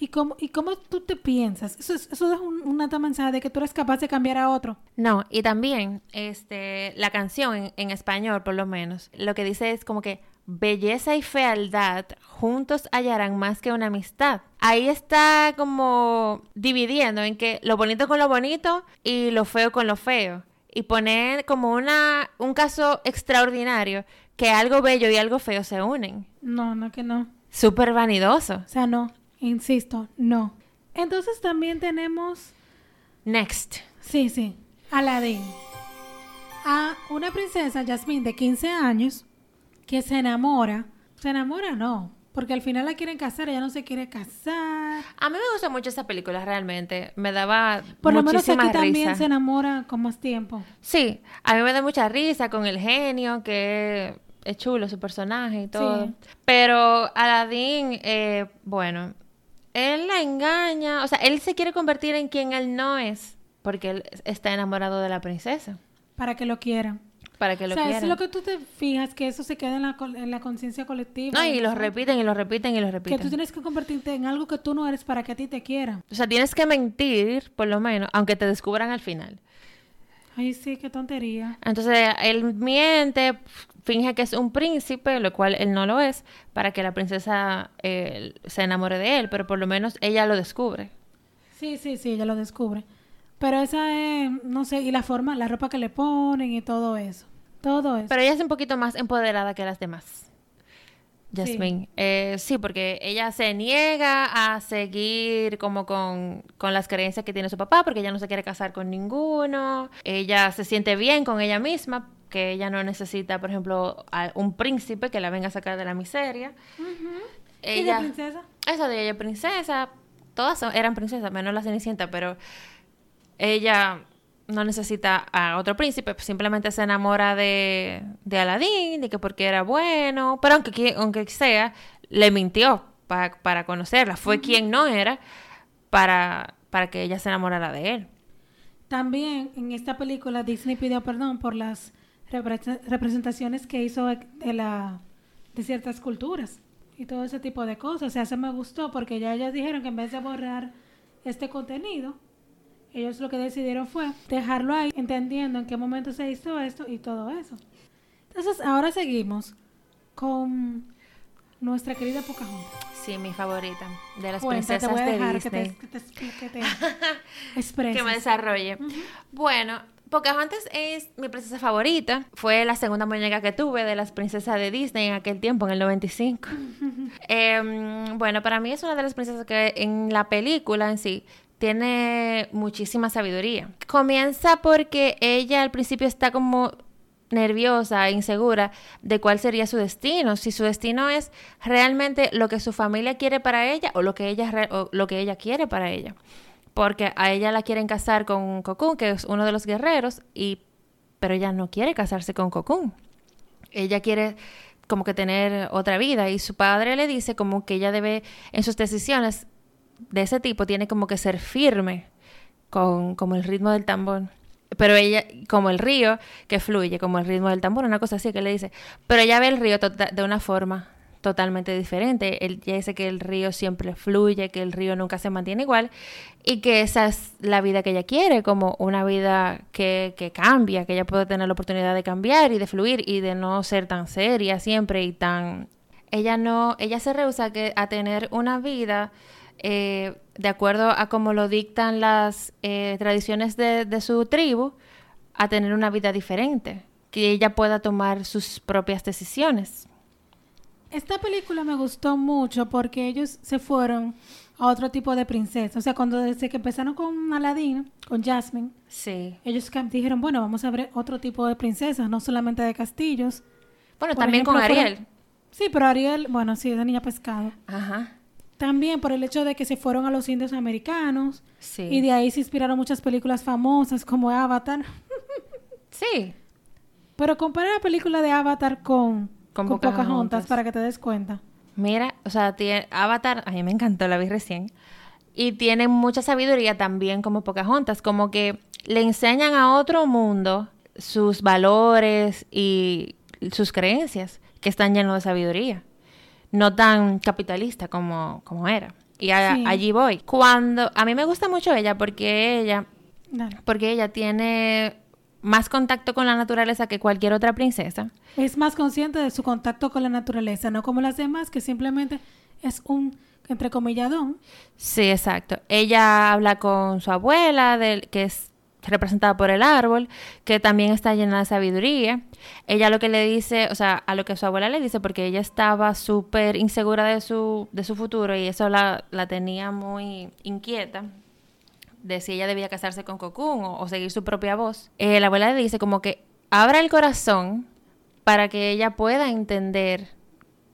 Speaker 2: ¿Y cómo, ¿Y cómo tú te piensas? Eso es, eso es un- una alta mensaje de que tú eres capaz de cambiar a otro.
Speaker 1: No, y también este, la canción en, en español, por lo menos, lo que dice es como que belleza y fealdad juntos hallarán más que una amistad. Ahí está como dividiendo en que lo bonito con lo bonito y lo feo con lo feo. Y poner como una, un caso extraordinario que algo bello y algo feo se unen.
Speaker 2: No, no que no.
Speaker 1: Súper vanidoso.
Speaker 2: O sea, no. Insisto, no. Entonces también tenemos
Speaker 1: Next.
Speaker 2: Sí, sí. Aladdin. A una princesa, Jasmine, de 15 años, que se enamora. Se enamora, no. Porque al final la quieren casar, ella no se quiere casar.
Speaker 1: A mí me gusta mucho esa película, realmente. Me daba
Speaker 2: Por lo menos
Speaker 1: muchísima
Speaker 2: aquí también
Speaker 1: risa.
Speaker 2: se enamora con más tiempo.
Speaker 1: Sí, a mí me da mucha risa con el genio, que es chulo su personaje y todo.
Speaker 2: Sí.
Speaker 1: Pero Aladdin, eh, bueno, él la engaña, o sea, él se quiere convertir en quien él no es, porque él está enamorado de la princesa,
Speaker 2: Para que lo quieran.
Speaker 1: para que lo
Speaker 2: o sea,
Speaker 1: quieran.
Speaker 2: es lo que tú te fijas, que eso se queda en la, col- en la conciencia colectiva.
Speaker 1: No, y
Speaker 2: eso.
Speaker 1: lo repiten y lo repiten y lo repiten.
Speaker 2: Que tú tienes que convertirte en algo que tú no eres para que a ti te quieran.
Speaker 1: O sea, tienes que mentir, por lo menos, aunque te descubran al final.
Speaker 2: Ay, sí, qué tontería.
Speaker 1: Entonces él miente, finge que es un príncipe, lo cual él no lo es, para que la princesa eh, se enamore de él, pero por lo menos ella lo descubre.
Speaker 2: Sí, sí, sí, ella lo descubre. Pero esa es, no sé, y la forma, la ropa que le ponen y todo eso. Todo eso.
Speaker 1: Pero ella es un poquito más empoderada que las demás. Jasmine. Eh, sí, porque ella se niega a seguir como con, con las creencias que tiene su papá, porque ella no se quiere casar con ninguno. Ella se siente bien con ella misma, que ella no necesita, por ejemplo, a un príncipe que la venga a sacar de la miseria.
Speaker 2: ¿Y de princesa?
Speaker 1: Eso de ella, princesa. Todas son- eran princesas, menos la Cenicienta, pero ella no necesita a otro príncipe, pues, simplemente se enamora de, de Aladín, de que porque era bueno, pero aunque, qui- aunque sea, le mintió pa- para conocerla, fue quien no era para, para que ella se enamorara de él.
Speaker 2: También en esta película Disney pidió perdón por las repre- representaciones que hizo de, la, de ciertas culturas y todo ese tipo de cosas. O sea, eso me gustó porque ya ellos dijeron que en vez de borrar este contenido, ellos lo que decidieron fue dejarlo ahí, entendiendo en qué momento se hizo esto y todo eso. Entonces, ahora seguimos con nuestra querida Pocahontas.
Speaker 1: Sí, mi favorita, de las
Speaker 2: Cuenta, te
Speaker 1: princesas
Speaker 2: voy a
Speaker 1: de
Speaker 2: dejar que
Speaker 1: Disney.
Speaker 2: te, que te, expli- que te expreses.
Speaker 1: que me desarrolle. Bueno, Pocahontas es mi princesa favorita. Fue la segunda muñeca que tuve de las princesas de Disney en aquel tiempo, en el 95. Em, bueno, para mí es una de las princesas que en la película en sí tiene muchísima sabiduría. Comienza porque ella al principio está como nerviosa, insegura de cuál sería su destino, si su destino es realmente lo que su familia quiere para ella o lo que ella, re- o lo que ella quiere para ella porque a ella la quieren casar con Cocoon, que es uno de los guerreros, y pero ella no quiere casarse con Cocoon. Ella quiere como que tener otra vida y su padre le dice como que ella debe en sus decisiones de ese tipo tiene como que ser firme con como el ritmo del tambor. Pero ella, como el río que fluye, como el ritmo del tambor, una cosa así que le dice. Pero ella ve el río tota- de una forma totalmente diferente. Él ya dice que el río siempre fluye, que el río nunca se mantiene igual y que esa es la vida que ella quiere, como una vida que, que cambia, que ella puede tener la oportunidad de cambiar y de fluir y de no ser tan seria siempre y tan... Ella no, ella se rehúsa que, a tener una vida eh, de acuerdo a como lo dictan las eh, tradiciones de, de su tribu, a tener una vida diferente, que ella pueda tomar sus propias decisiones.
Speaker 2: Esta película me gustó mucho porque ellos se fueron a otro tipo de princesa. O sea, cuando desde que empezaron con Aladdin, con Jasmine,
Speaker 1: Sí.
Speaker 2: ellos cam- dijeron, bueno, vamos a ver otro tipo de princesas, no solamente de castillos.
Speaker 1: Bueno,
Speaker 2: Por
Speaker 1: también con
Speaker 2: ejemplo, fueron-
Speaker 1: Ariel.
Speaker 2: Sí, pero Ariel, bueno, sí, de niña pescado.
Speaker 1: Ajá.
Speaker 2: También por el hecho de que se fueron a los indios americanos
Speaker 1: Sí.
Speaker 2: y de ahí se inspiraron muchas películas famosas como Avatar.
Speaker 1: Sí.
Speaker 2: Pero compara la película de Avatar con,
Speaker 1: Con
Speaker 2: Pocahontas.
Speaker 1: Pocahontas.
Speaker 2: para que te des cuenta.
Speaker 1: Mira, o sea, tiene Avatar, a mí me encantó, la vi recién. Y tiene mucha sabiduría también como Pocahontas, como que le enseñan a otro mundo sus valores y sus creencias, que están llenos de sabiduría. No tan capitalista como, como era. Y a-
Speaker 2: Sí.
Speaker 1: allí voy. Cuando, a mí me gusta mucho ella porque ella
Speaker 2: Dale.
Speaker 1: porque ella tiene más contacto con la naturaleza que cualquier otra princesa.
Speaker 2: Es más consciente de su contacto con la naturaleza, no como las demás, que simplemente es un entrecomilladón.
Speaker 1: Sí, exacto. Ella habla con su abuela, del- que es representada por el árbol, que también está llena de sabiduría. Ella lo que le dice, o sea, a lo que su abuela le dice, porque ella estaba súper insegura de su, de su futuro y eso la, la tenía muy inquieta de si ella debía casarse con Cocoon o, o seguir su propia voz. Eh, la abuela le dice como que abra el corazón para que ella pueda entender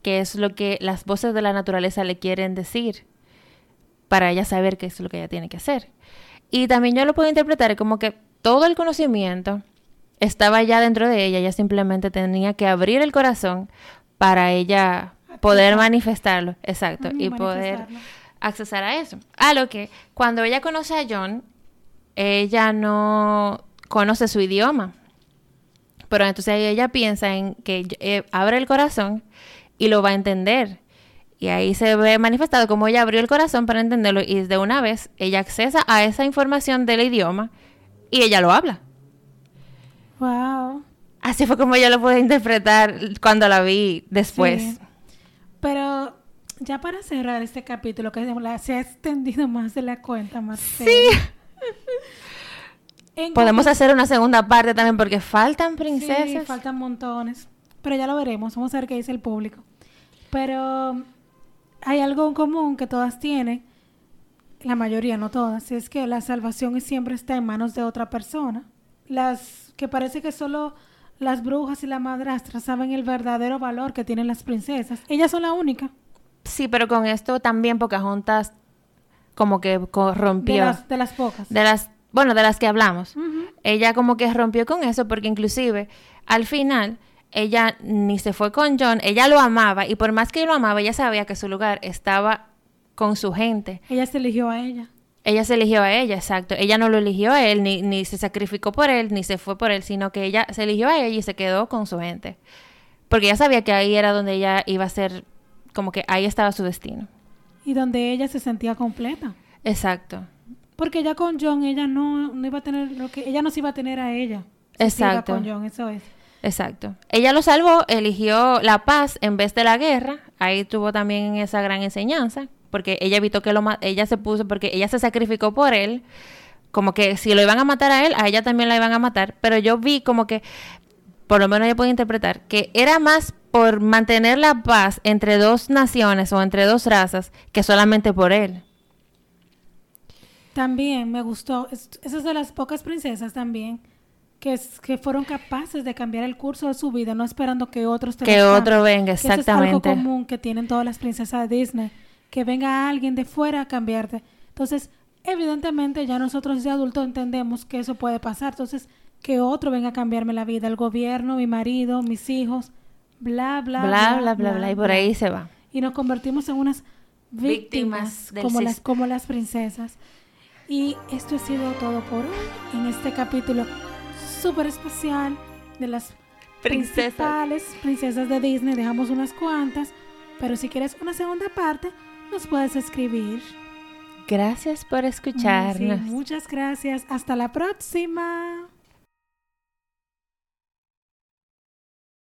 Speaker 1: qué es lo que las voces de la naturaleza le quieren decir para ella saber qué es lo que ella tiene que hacer. Y también yo lo puedo interpretar como que todo el conocimiento estaba ya dentro de ella, ella simplemente tenía que abrir el corazón para ella poder manifestarlo, exacto,
Speaker 2: Ujú,
Speaker 1: y poder
Speaker 2: manifestarlo.
Speaker 1: accesar a eso. A lo que cuando ella conoce a John, ella no conoce su idioma, pero entonces ahí ella piensa en que eh, abre el corazón y lo va a entender. Y ahí se ve manifestado cómo ella abrió el corazón para entenderlo y de una vez ella accesa a esa información del idioma y ella lo habla.
Speaker 2: Wow.
Speaker 1: Así fue como yo lo pude interpretar cuando la vi después.
Speaker 2: Sí. Pero ya para cerrar este capítulo, que se- la- se ha extendido más de la cuenta, Marcela. En
Speaker 1: Podemos hacer una segunda parte también porque faltan
Speaker 2: conclu-
Speaker 1: princesas.
Speaker 2: Sí, faltan montones. Pero ya lo veremos. Vamos a ver qué dice el público. Pero hay algo en común que todas tienen. La mayoría, no todas. Es que la salvación siempre está en manos de otra persona. Las que parece que solo las brujas y la madrastra saben el verdadero valor que tienen las princesas. Ellas son la única.
Speaker 1: Sí, pero con esto también Pocahontas como que corrompió.
Speaker 2: De las, de las pocas.
Speaker 1: de las bueno de las que hablamos
Speaker 2: Ujú.
Speaker 1: ella como que rompió con eso porque inclusive al final ella ni se fue con John ella lo amaba y por más que lo amaba ella sabía que su lugar estaba con su gente
Speaker 2: Ella se eligió a ella.
Speaker 1: ella se eligió a ella exacto ella no lo eligió a él ni, ni se sacrificó por él ni se fue por él sino que ella se eligió a ella y se quedó con su gente porque ella sabía que ahí era donde ella iba a ser como que ahí estaba su destino
Speaker 2: Y donde ella se sentía completa.
Speaker 1: exacto
Speaker 2: Porque ya con John ella no, no iba a tener lo que ella no se iba a tener a ella. Si se iba
Speaker 1: Exacto.
Speaker 2: con John, eso es.
Speaker 1: Exacto. Ella lo salvó, eligió la paz en vez de la guerra. Ahí tuvo también esa gran enseñanza, porque ella evitó que lo ma- ella se puso porque ella se sacrificó por él, como que si lo iban a matar a él, a ella también la iban a matar, pero yo vi como que por lo menos yo puedo interpretar que era más por mantener la paz entre dos naciones o entre dos razas que solamente por él.
Speaker 2: También me gustó, es- esas de las pocas princesas también que, es- que fueron capaces de cambiar el curso de su vida, no esperando que otros te
Speaker 1: Que
Speaker 2: lo cambien.
Speaker 1: otro venga,
Speaker 2: Que eso es algo
Speaker 1: exactamente.
Speaker 2: común que tienen todas las princesas de Disney, que venga alguien de fuera a cambiarte. Entonces, evidentemente ya nosotros de adultos entendemos que eso puede pasar. Entonces, que otro venga a cambiarme la vida, el gobierno, mi marido, mis hijos, bla, bla,
Speaker 1: Bla bla bla bla, y por ahí se va.
Speaker 2: y nos convertimos en unas víctimas,
Speaker 1: Víctimas del
Speaker 2: como,
Speaker 1: sis-
Speaker 2: las, como las princesas. Y esto ha sido todo por hoy en este capítulo súper especial de las
Speaker 1: Princesas.
Speaker 2: principales princesas de Disney. Dejamos unas cuantas Pero si quieres una segunda parte, nos puedes escribir.
Speaker 1: Gracias por escucharnos.
Speaker 2: Sí, muchas gracias. Hasta la próxima.